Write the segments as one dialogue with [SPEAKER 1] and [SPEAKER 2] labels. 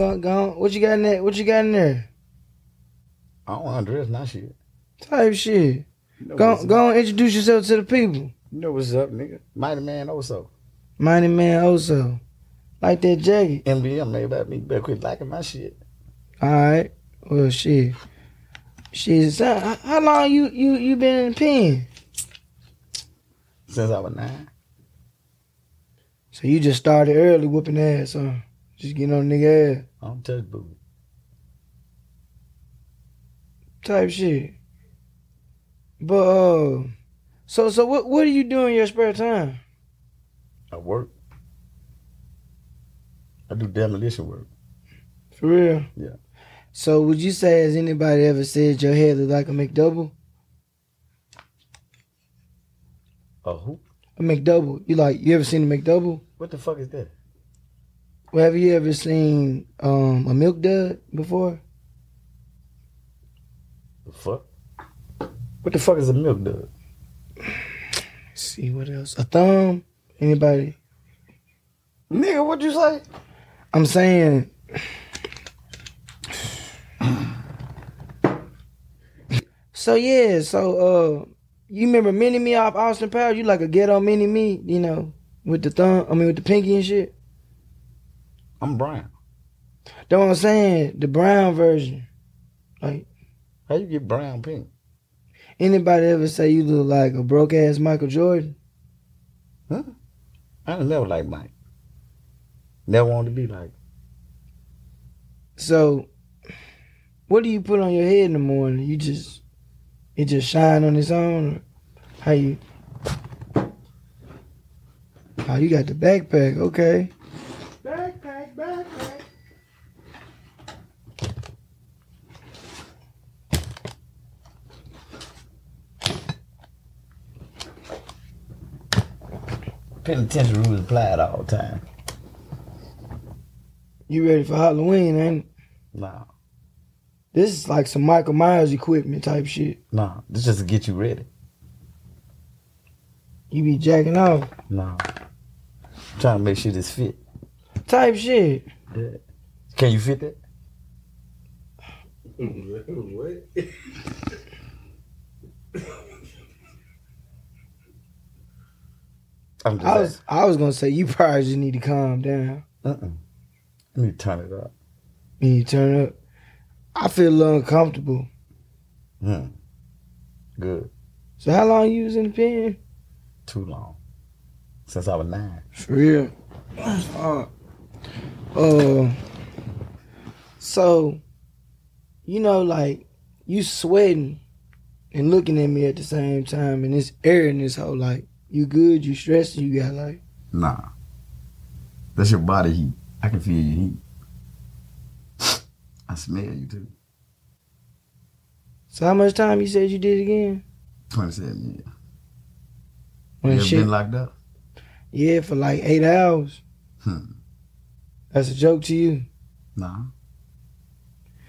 [SPEAKER 1] What you got in that? What you got in there?
[SPEAKER 2] I don't want to dress my shit.
[SPEAKER 1] Type shit.
[SPEAKER 2] You know what's
[SPEAKER 1] Go
[SPEAKER 2] up.
[SPEAKER 1] go and introduce yourself to the people.
[SPEAKER 2] You know what's up, nigga. Mighty Man also.
[SPEAKER 1] Mighty Man also. Like that jacket.
[SPEAKER 2] MBM made about me. Better quit liking my shit.
[SPEAKER 1] Alright. Well shit. Shit. So, h- how long you you you been in pen?
[SPEAKER 2] Since I was nine.
[SPEAKER 1] So you just started early whooping ass, huh? Just getting on nigga ass.
[SPEAKER 2] I don't touch booty.
[SPEAKER 1] Type shit. But uh so so what what do you do in your spare time?
[SPEAKER 2] I work. I do demolition work.
[SPEAKER 1] For real?
[SPEAKER 2] Yeah.
[SPEAKER 1] So would you say has anybody ever said your head look like a McDouble?
[SPEAKER 2] A hoop?
[SPEAKER 1] A McDouble. You like you ever seen a McDouble?
[SPEAKER 2] What the fuck is that?
[SPEAKER 1] Well, have you ever seen um, a milk dud before?
[SPEAKER 2] The fuck? What the fuck is a milk dud?
[SPEAKER 1] Let's see what else. A thumb? Anybody?
[SPEAKER 2] Nigga, what you say?
[SPEAKER 1] I'm saying So yeah, so uh you remember Mini Me off Austin Powers? You like a ghetto mini me, you know, with the thumb I mean with the pinky and shit.
[SPEAKER 2] I'm Brian.
[SPEAKER 1] That's what I'm saying, the brown version. Like
[SPEAKER 2] How you get brown pink?
[SPEAKER 1] anybody ever say you look like a broke ass Michael Jordan?
[SPEAKER 2] I done never like Mike. Never wanted to be like.
[SPEAKER 1] So, what do you put on your head in the morning? You just it just shine on its own. Or how you? Oh, you got the backpack. Okay.
[SPEAKER 2] Backpack, backpack. Penitentiary rules applied all the time.
[SPEAKER 1] You ready for Halloween? And
[SPEAKER 2] Nah,
[SPEAKER 1] this is like some Michael Myers equipment type shit.
[SPEAKER 2] nah, this just to get you ready.
[SPEAKER 1] You be jacking off
[SPEAKER 2] Nah, trying to make sure this fit.
[SPEAKER 1] type shit.
[SPEAKER 2] Yeah. Can you fit that?
[SPEAKER 3] what?
[SPEAKER 2] I'm just
[SPEAKER 1] I was I was gonna say you probably just need to calm down.
[SPEAKER 2] uh-uh. Let me turn it up.
[SPEAKER 1] You need to turn up. I feel a little uncomfortable.
[SPEAKER 2] Hmm. Good.
[SPEAKER 1] So how long you was in the pen?
[SPEAKER 2] Too long. Since I was nine.
[SPEAKER 1] For real. Uh, uh, so, you know, like, you sweating and looking at me at the same time, and it's air in this whole, like, you good, you stressed, you got, like,
[SPEAKER 2] Nah. That's your body heat. I can feel your heat. I smell you too.
[SPEAKER 1] so how much time you said you did again?
[SPEAKER 2] 27 years.
[SPEAKER 1] When
[SPEAKER 2] you ever
[SPEAKER 1] shit,
[SPEAKER 2] been locked up?
[SPEAKER 1] yeah, for like eight hours.
[SPEAKER 2] Hmm.
[SPEAKER 1] That's a joke to you.
[SPEAKER 2] Nah.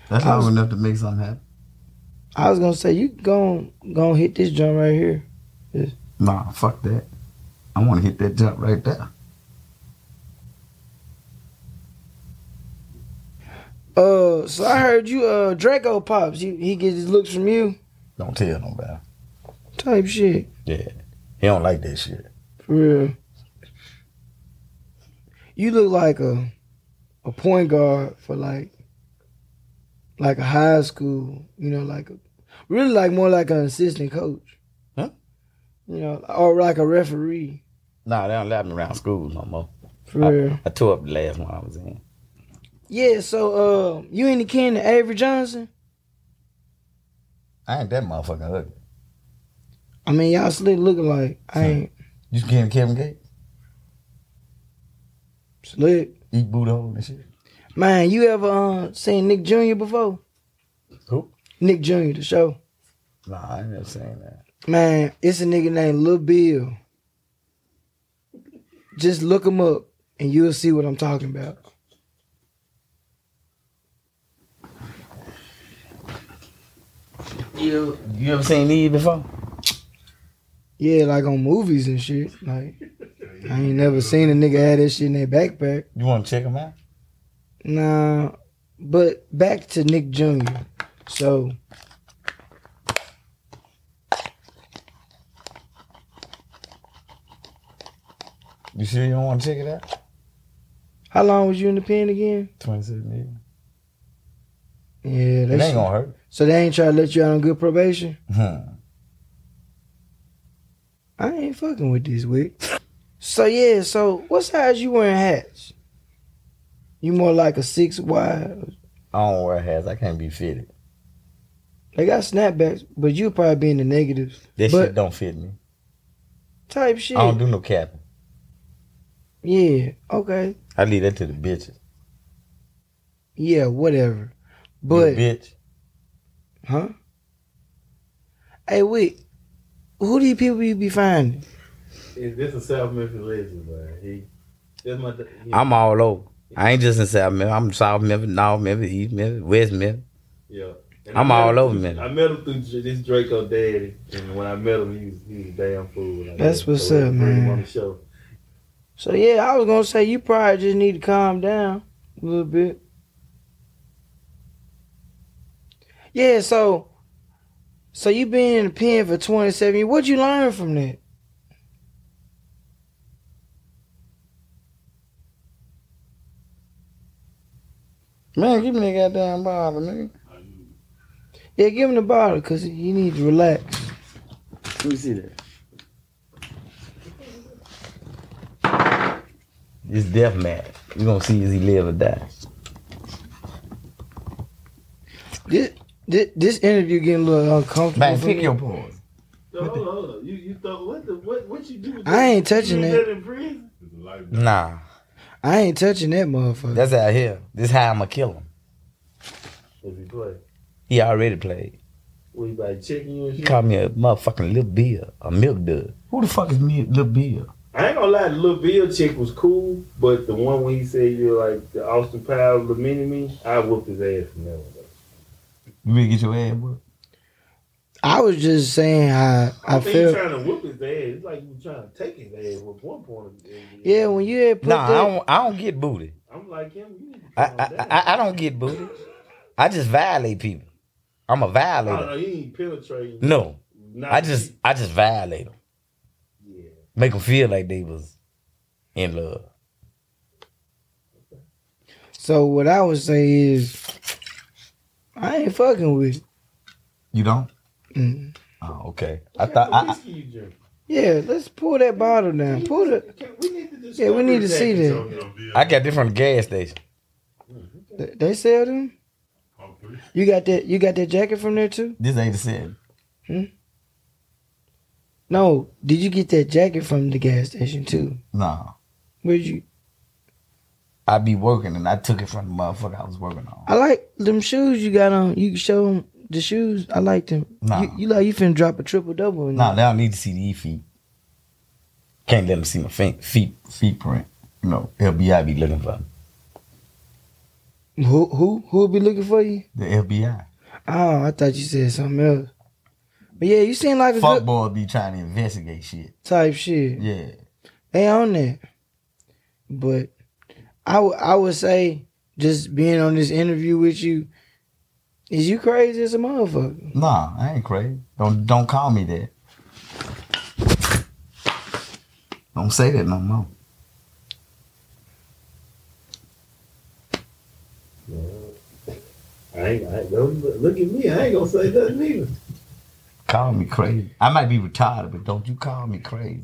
[SPEAKER 2] That's
[SPEAKER 1] I
[SPEAKER 2] long
[SPEAKER 1] was-
[SPEAKER 2] enough to make something happen.
[SPEAKER 1] I was gonna say, you gon' gon' hit this drum right here.
[SPEAKER 2] Nah, fuck that. I want to hit that jump right there.
[SPEAKER 1] Uh, so I heard you, uh, Draco Pops, he, he gets his looks from you,
[SPEAKER 2] Don't tell nobody.
[SPEAKER 1] type shit.
[SPEAKER 2] Yeah. He don't like that shit.
[SPEAKER 1] For real. You look like a a point guard for like like a high school, you know, like a really like more like an assistant coach.
[SPEAKER 2] Huh?
[SPEAKER 1] You know, or like a referee.
[SPEAKER 2] Nah, they don't let me around school no more.
[SPEAKER 1] For real.
[SPEAKER 2] I tore up the last one I was in.
[SPEAKER 1] Yeah, so uh you in the kin to Avery Johnson?
[SPEAKER 2] I ain't that motherfucking ugly.
[SPEAKER 1] I mean y'all slick looking like I ain't
[SPEAKER 2] You getting Kevin Gates?
[SPEAKER 1] slick.
[SPEAKER 2] Eat boot hole and shit?
[SPEAKER 1] Man, you ever uh, seen Nick Jr. before?
[SPEAKER 2] Who?
[SPEAKER 1] Nick Jr. the show.
[SPEAKER 2] Nah, I ain't never saying that.
[SPEAKER 1] Man, it's a nigga named Lil Bill. Just look him up and you'll see what I'm talking about.
[SPEAKER 2] You, you ever seen these before?
[SPEAKER 1] Yeah, like on movies and shit. Like, I ain't never seen a nigga have that shit in their backpack.
[SPEAKER 2] You want to check them out?
[SPEAKER 1] Nah, But back to Nick Jr. So
[SPEAKER 2] You sure you don't want to check it out?
[SPEAKER 1] how long was you in the pen again?
[SPEAKER 2] 26 million.
[SPEAKER 1] Yeah,
[SPEAKER 2] It
[SPEAKER 1] that's
[SPEAKER 2] ain't gonna hurt.
[SPEAKER 1] so they ain't trying to let you out on good probation.
[SPEAKER 2] Hmm.
[SPEAKER 1] I ain't fucking with this wig. So yeah, so what size you wearing hats? You more like a six wide.
[SPEAKER 2] I don't wear hats. I can't be fitted.
[SPEAKER 1] They got snapbacks, but you probably be in the negatives
[SPEAKER 2] That
[SPEAKER 1] But-
[SPEAKER 2] shit don't fit me.
[SPEAKER 1] type shit.
[SPEAKER 2] I don't do no capping.
[SPEAKER 1] yeah, okay,
[SPEAKER 2] I leave that to the bitches.
[SPEAKER 1] yeah, whatever. But
[SPEAKER 2] But bitch,
[SPEAKER 1] Huh? Hey, wait. Who do you people you be finding?
[SPEAKER 4] Is this a South Memphis legend, man? He, that's my. He,
[SPEAKER 2] I'm all over. I ain't just in South Memphis. I'm South Memphis, North Memphis, East Memphis, West Memphis.
[SPEAKER 4] yeah. And
[SPEAKER 2] I'm
[SPEAKER 4] I met
[SPEAKER 2] all
[SPEAKER 4] him
[SPEAKER 2] over
[SPEAKER 4] through-
[SPEAKER 2] Memphis.
[SPEAKER 4] I met him through Dr- this Draco daddy, and when I met him, he was he was a damn fool. Like,
[SPEAKER 1] That's
[SPEAKER 4] yeah,
[SPEAKER 1] what's
[SPEAKER 4] so
[SPEAKER 1] up,
[SPEAKER 4] we bring him
[SPEAKER 1] man.
[SPEAKER 4] On the show.
[SPEAKER 1] So yeah, I was gonna say you probably just need to calm down a little bit. Yeah, so so you been in the pen for twenty seven years. What you learn from that?
[SPEAKER 2] Man, give me that goddamn bottle, man.
[SPEAKER 1] Yeah, give him the bottle because you need to relax.
[SPEAKER 2] Let me see that. It's death match. We gonna see if he live or die.
[SPEAKER 1] This this, this interview getting a little uncomfortable.
[SPEAKER 2] Man,
[SPEAKER 1] for
[SPEAKER 2] pick
[SPEAKER 1] me.
[SPEAKER 2] your poison.
[SPEAKER 4] So hold on, hold on. You you thought what the what what you do? With
[SPEAKER 1] I ain't touching
[SPEAKER 4] you do
[SPEAKER 1] that.
[SPEAKER 4] in prison.
[SPEAKER 2] Mm. Nah,
[SPEAKER 1] I ain't touching that motherfucker.
[SPEAKER 2] that's out here. This how I'ma kill him.
[SPEAKER 4] If he play,
[SPEAKER 2] He already played.
[SPEAKER 4] we by checking you and
[SPEAKER 2] He
[SPEAKER 4] shit.
[SPEAKER 2] called me a motherfucking little beer, a milk dud. Who the fuck is me, little beer?
[SPEAKER 4] I ain't gonna lie, the Lil Bill chick was cool, but the one when he said you're like the Austin Powers, the mini me, I whooped his ass from that one.
[SPEAKER 2] You better get your ass whooped.
[SPEAKER 1] I was just saying how
[SPEAKER 4] I,
[SPEAKER 1] I
[SPEAKER 4] think you
[SPEAKER 1] feel.
[SPEAKER 4] trying to whoop his ass. It's like you trying to take his ass with one point. Of the NBA.
[SPEAKER 1] Yeah, when you had put
[SPEAKER 2] Nah,
[SPEAKER 1] that,
[SPEAKER 2] I don't. I don't get booty.
[SPEAKER 4] I'm like him, you need to
[SPEAKER 2] I,
[SPEAKER 4] calm
[SPEAKER 2] I
[SPEAKER 4] down.
[SPEAKER 2] I I don't get booty. I just violate people. I'm a
[SPEAKER 4] I don't
[SPEAKER 2] violator.
[SPEAKER 4] know, he ain't penetrating.
[SPEAKER 2] No,
[SPEAKER 4] Not
[SPEAKER 2] I just I just violate them.
[SPEAKER 4] yeah.
[SPEAKER 2] Make them feel like they was in love.
[SPEAKER 1] So what I would say is, I ain't fucking with.
[SPEAKER 5] You don't?
[SPEAKER 1] It. Mm.
[SPEAKER 2] Oh, okay. I
[SPEAKER 4] What
[SPEAKER 2] thought
[SPEAKER 4] kind of
[SPEAKER 2] I,
[SPEAKER 4] whiskey you drink?
[SPEAKER 1] Yeah, let's pull that bottle down. Pull the
[SPEAKER 4] Can- We need to
[SPEAKER 1] Yeah, we need to see that.
[SPEAKER 4] discover jackets on him. Mm-hmm.
[SPEAKER 2] I got this from the gas station.
[SPEAKER 1] They sell them. You got that? You got that jacket from there too?
[SPEAKER 2] This ain't the same.
[SPEAKER 1] No. Did you get that jacket from the gas station too?
[SPEAKER 2] No,
[SPEAKER 1] Where'd you?
[SPEAKER 2] I be working and I took it from the motherfucker I was working on.
[SPEAKER 1] I like them shoes you got on. You can show them the shoes. I like them.
[SPEAKER 2] Nah.
[SPEAKER 1] You, you like you finna drop a triple double?
[SPEAKER 2] No, they don't need to see these feet. Can't let them see my feet feet feet print. You know, FBI be looking for me.
[SPEAKER 1] Who who who will be looking for you?
[SPEAKER 2] the FBI.
[SPEAKER 1] Oh, I thought you said something else. But yeah, you seem like a
[SPEAKER 5] Fuck
[SPEAKER 1] good
[SPEAKER 5] boy be trying to investigate shit.
[SPEAKER 1] type shit.
[SPEAKER 5] Yeah.
[SPEAKER 1] they on that. But I w- I would say just being on this interview with you is you crazy as a motherfucker.
[SPEAKER 5] Nah, I ain't crazy. Don't don't call me that. Don't say that no more.
[SPEAKER 4] I ain't, I ain't, don't look look at me. I ain't gonna say nothing either.
[SPEAKER 5] Call me crazy. I might be retarded, but don't you call me crazy.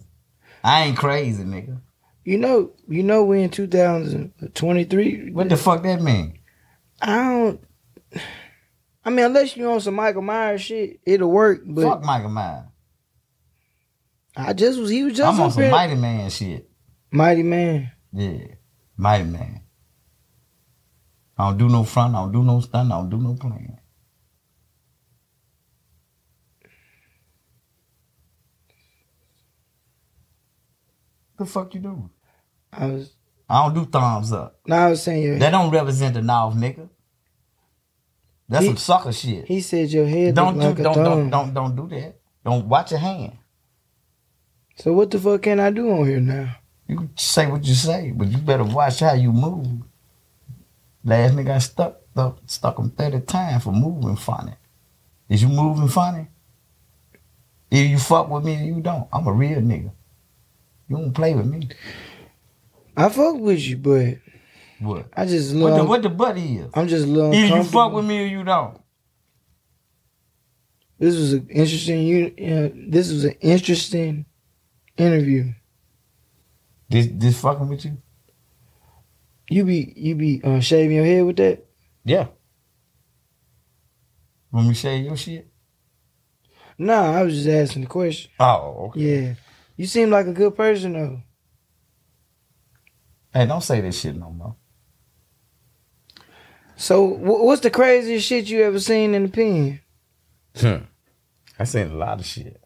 [SPEAKER 5] I ain't crazy, nigga.
[SPEAKER 1] You know, you know we in 2023.
[SPEAKER 5] What the fuck that mean?
[SPEAKER 1] I don't I mean unless you on some Michael Myers shit, it'll work, but
[SPEAKER 5] fuck Michael Myers.
[SPEAKER 1] I just was he was just
[SPEAKER 5] I'm on
[SPEAKER 1] up
[SPEAKER 5] some
[SPEAKER 1] here.
[SPEAKER 5] Mighty Man shit.
[SPEAKER 1] Mighty Man.
[SPEAKER 5] Yeah. Mighty Man. I don't do no front, I don't do no stunt, I don't do no plan. The fuck you doing?
[SPEAKER 1] I was
[SPEAKER 5] I don't do thumbs up.
[SPEAKER 1] now I was saying your,
[SPEAKER 5] That don't represent the North, nigga. That's some sucker shit.
[SPEAKER 1] he said your head
[SPEAKER 5] Don't
[SPEAKER 1] don't
[SPEAKER 5] do
[SPEAKER 1] like a
[SPEAKER 5] don't,
[SPEAKER 1] thumb.
[SPEAKER 5] don't don't don't do that. Don't watch your hand.
[SPEAKER 1] So what the fuck can I do on here now?
[SPEAKER 5] You can say what you say, but you better watch how you move. Last nigga got stuck stuck, stuck him 30 times for moving funny. Is you moving funny? If you fuck with me or you don't, I'm a real nigga. You don't play with me.
[SPEAKER 1] I fuck with you, but
[SPEAKER 5] What?
[SPEAKER 1] I just
[SPEAKER 5] What the,
[SPEAKER 1] love.
[SPEAKER 5] what the butt is?
[SPEAKER 1] I'm just a little
[SPEAKER 5] Either you
[SPEAKER 1] uncomfortable.
[SPEAKER 5] fuck with me or you don't.
[SPEAKER 1] This was an interesting. You, uh, this was an interesting interview.
[SPEAKER 5] This this fucking with you?
[SPEAKER 1] You be you be uh, shaving your head with that?
[SPEAKER 5] When we shave your shit?
[SPEAKER 1] Nah, I was just asking the question.
[SPEAKER 5] Oh, okay.
[SPEAKER 1] Yeah, you seem like a good person though.
[SPEAKER 5] Hey, don't say that shit no more.
[SPEAKER 1] So, wh- what's the craziest shit you ever seen in the pen?
[SPEAKER 2] Hmm. I seen a lot of shit.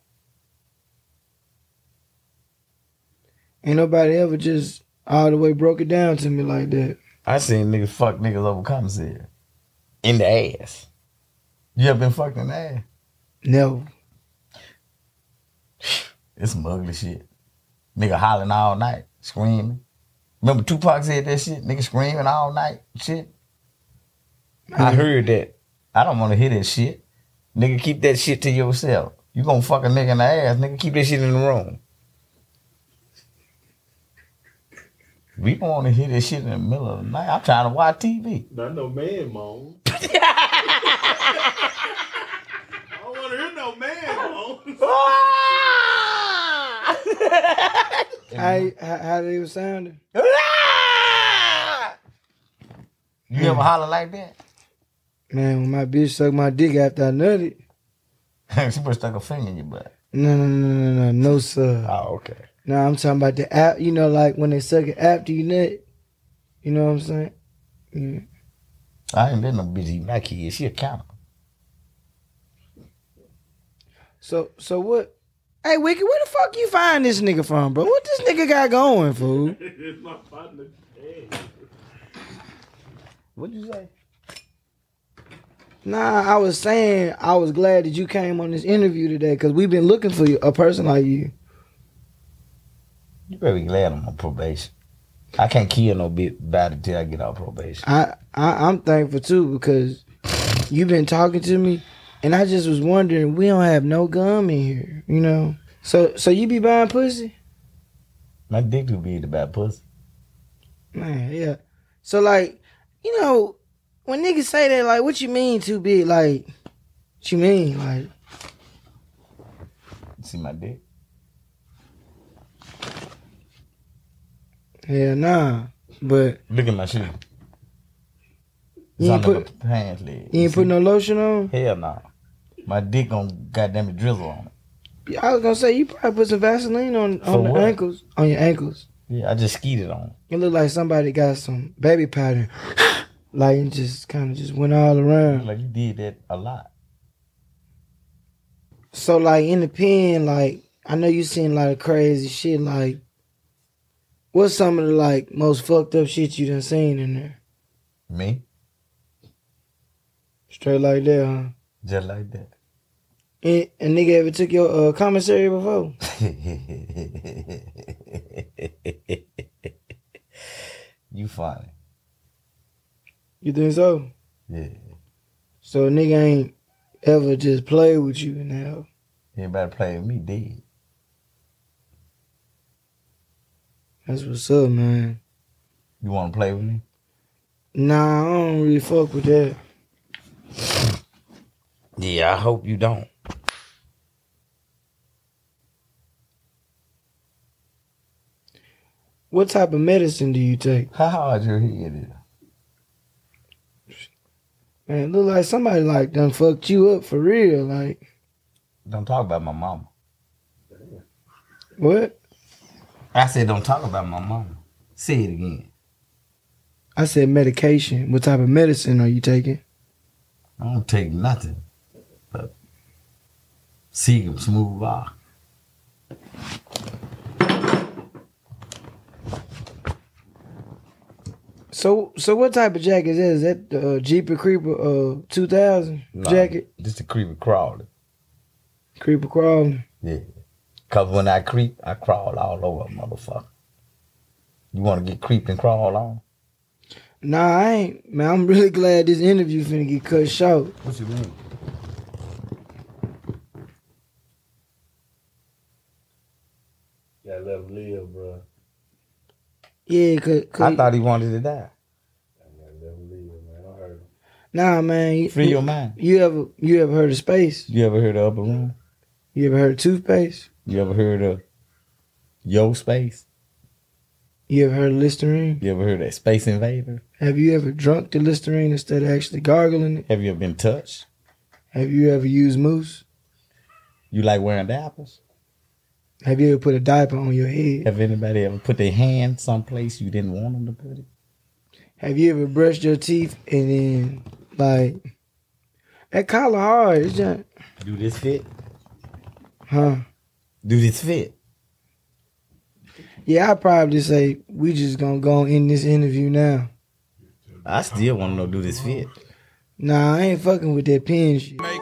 [SPEAKER 1] Ain't nobody ever just all the way broke it down to me like that.
[SPEAKER 2] I seen niggas fuck niggas over commissary. In the ass.
[SPEAKER 5] You ever been fucked in the ass?
[SPEAKER 1] No,
[SPEAKER 2] It's some ugly shit. Nigga hollering all night, screaming. Remember Tupac said that shit? Nigga screaming all night, shit. I heard that. I don't want to hear that shit. Nigga, keep that shit to yourself. You gonna fuck a nigga in the ass, nigga. Keep that shit in the room. We don't want to hear that shit in the middle of the night. I'm trying to watch TV.
[SPEAKER 4] Not no man moan. I don't want to hear no man
[SPEAKER 2] Oh.
[SPEAKER 4] moan.
[SPEAKER 2] Ah!
[SPEAKER 1] I how, how they was sounding.
[SPEAKER 2] You ever holler like that?
[SPEAKER 1] Man, when my bitch sucked my dick after I nutted.
[SPEAKER 2] she must stuck a finger in your butt.
[SPEAKER 1] No, no, no, no, no, no, sir.
[SPEAKER 2] Oh, okay.
[SPEAKER 1] No, I'm talking about the app. You know, like when they suck it after you nut. You know what I'm saying? Yeah.
[SPEAKER 2] I ain't been no bitch eating my kids. She a counter.
[SPEAKER 1] So, so what? Hey, Wicky, where the fuck you find this nigga from, bro? What this nigga got going, fool?
[SPEAKER 4] It's my partner. Hey.
[SPEAKER 2] What'd you say?
[SPEAKER 1] Nah, I was saying I was glad that you came on this interview today because we've been looking for you, a person like you.
[SPEAKER 2] You better be glad I'm on probation. I can't kill no bit body till I get off probation.
[SPEAKER 1] I, I I'm thankful too because you've been talking to me, and I just was wondering we don't have no gum in here, you know. So so you be buying pussy,
[SPEAKER 2] My dick too big to buy pussy.
[SPEAKER 1] man? Yeah. So like, you know, when niggas say that, like, what you mean too big? Like, what you mean like?
[SPEAKER 2] You see my dick?
[SPEAKER 1] Yeah, nah. But
[SPEAKER 2] Look at my shoe. It's
[SPEAKER 1] you ain't
[SPEAKER 2] under
[SPEAKER 1] put
[SPEAKER 2] the pants leg.
[SPEAKER 1] you ain't put no lotion on.
[SPEAKER 2] Hell no. My dick on goddamn it drizzle on it.
[SPEAKER 1] I was gonna say you probably put some Vaseline on
[SPEAKER 2] For
[SPEAKER 1] on the
[SPEAKER 2] what?
[SPEAKER 1] ankles on your ankles.
[SPEAKER 2] Yeah, I just skied it on.
[SPEAKER 1] It looked like somebody got some baby powder, like it just kind of just went all around.
[SPEAKER 2] Like you did that a lot.
[SPEAKER 1] So like in the pen, like I know you seen a lot of crazy shit. Like, what's some of the like most fucked up shit you done seen in there?
[SPEAKER 2] Me?
[SPEAKER 1] Straight like that, huh?
[SPEAKER 2] Just like that.
[SPEAKER 1] And, and nigga ever took your uh, commissary before?
[SPEAKER 2] you funny.
[SPEAKER 1] You think so?
[SPEAKER 2] Yeah.
[SPEAKER 1] So a nigga ain't ever just play with you now.
[SPEAKER 2] Everybody play with me dead.
[SPEAKER 1] That's what's up, man.
[SPEAKER 2] You wanna play with me?
[SPEAKER 1] Nah, I don't really fuck with that.
[SPEAKER 2] Yeah, I hope you don't.
[SPEAKER 1] What type of medicine do you take?
[SPEAKER 2] How hard your head is.
[SPEAKER 1] Man, it look like somebody like done fucked you up for real. Like
[SPEAKER 2] Don't talk about my mama.
[SPEAKER 1] what?
[SPEAKER 2] I said don't talk about my mama. Say it again.
[SPEAKER 1] I said medication. What type of medicine are you taking?
[SPEAKER 2] I don't take nothing but Seagram's smooth rock.
[SPEAKER 1] So, so what type of jacket is that? Is that the uh, Jeeper Creeper uh two thousand
[SPEAKER 2] Nah,
[SPEAKER 1] jacket?
[SPEAKER 2] This the creeper crawler.
[SPEAKER 1] Creeper crawling.
[SPEAKER 2] Yeah. Cause when I creep, I crawl all over a motherfucker. You wanna get creeped and crawl on?
[SPEAKER 1] Nah, I ain't. Man, I'm really glad this interview finna get cut short.
[SPEAKER 5] What you mean?
[SPEAKER 4] Gotta let him live, bro.
[SPEAKER 1] Yeah, cause,
[SPEAKER 2] I
[SPEAKER 1] 'cause-
[SPEAKER 2] thought he wanted to die.
[SPEAKER 4] Gotta let him live, man. I heard him.
[SPEAKER 1] nah, man. You,
[SPEAKER 2] Free your mind.
[SPEAKER 1] you ever you ever heard of space?
[SPEAKER 2] You ever heard of Upper Room?
[SPEAKER 1] You ever heard of toothpaste?
[SPEAKER 2] You ever heard of Yo Space?
[SPEAKER 1] You ever heard of Listerine?
[SPEAKER 2] You ever heard of Space Invader?
[SPEAKER 1] Have you ever drunk the Listerine instead of actually gargling it?
[SPEAKER 2] Have you ever been touched?
[SPEAKER 1] Have you ever used mousse?
[SPEAKER 2] You like wearing diapers?
[SPEAKER 1] Have you ever put a diaper on your head?
[SPEAKER 2] Have anybody ever put their hand someplace you didn't want them to put it?
[SPEAKER 1] Have you ever brushed your teeth and then like that collar hard? It's just
[SPEAKER 2] Do this fit?
[SPEAKER 1] huh?
[SPEAKER 2] Do this fit?
[SPEAKER 1] Yeah, I probably say we just gonna go and end this interview now.
[SPEAKER 2] I still want to know do this fit.
[SPEAKER 1] Nah, I ain't fucking with that pen shit.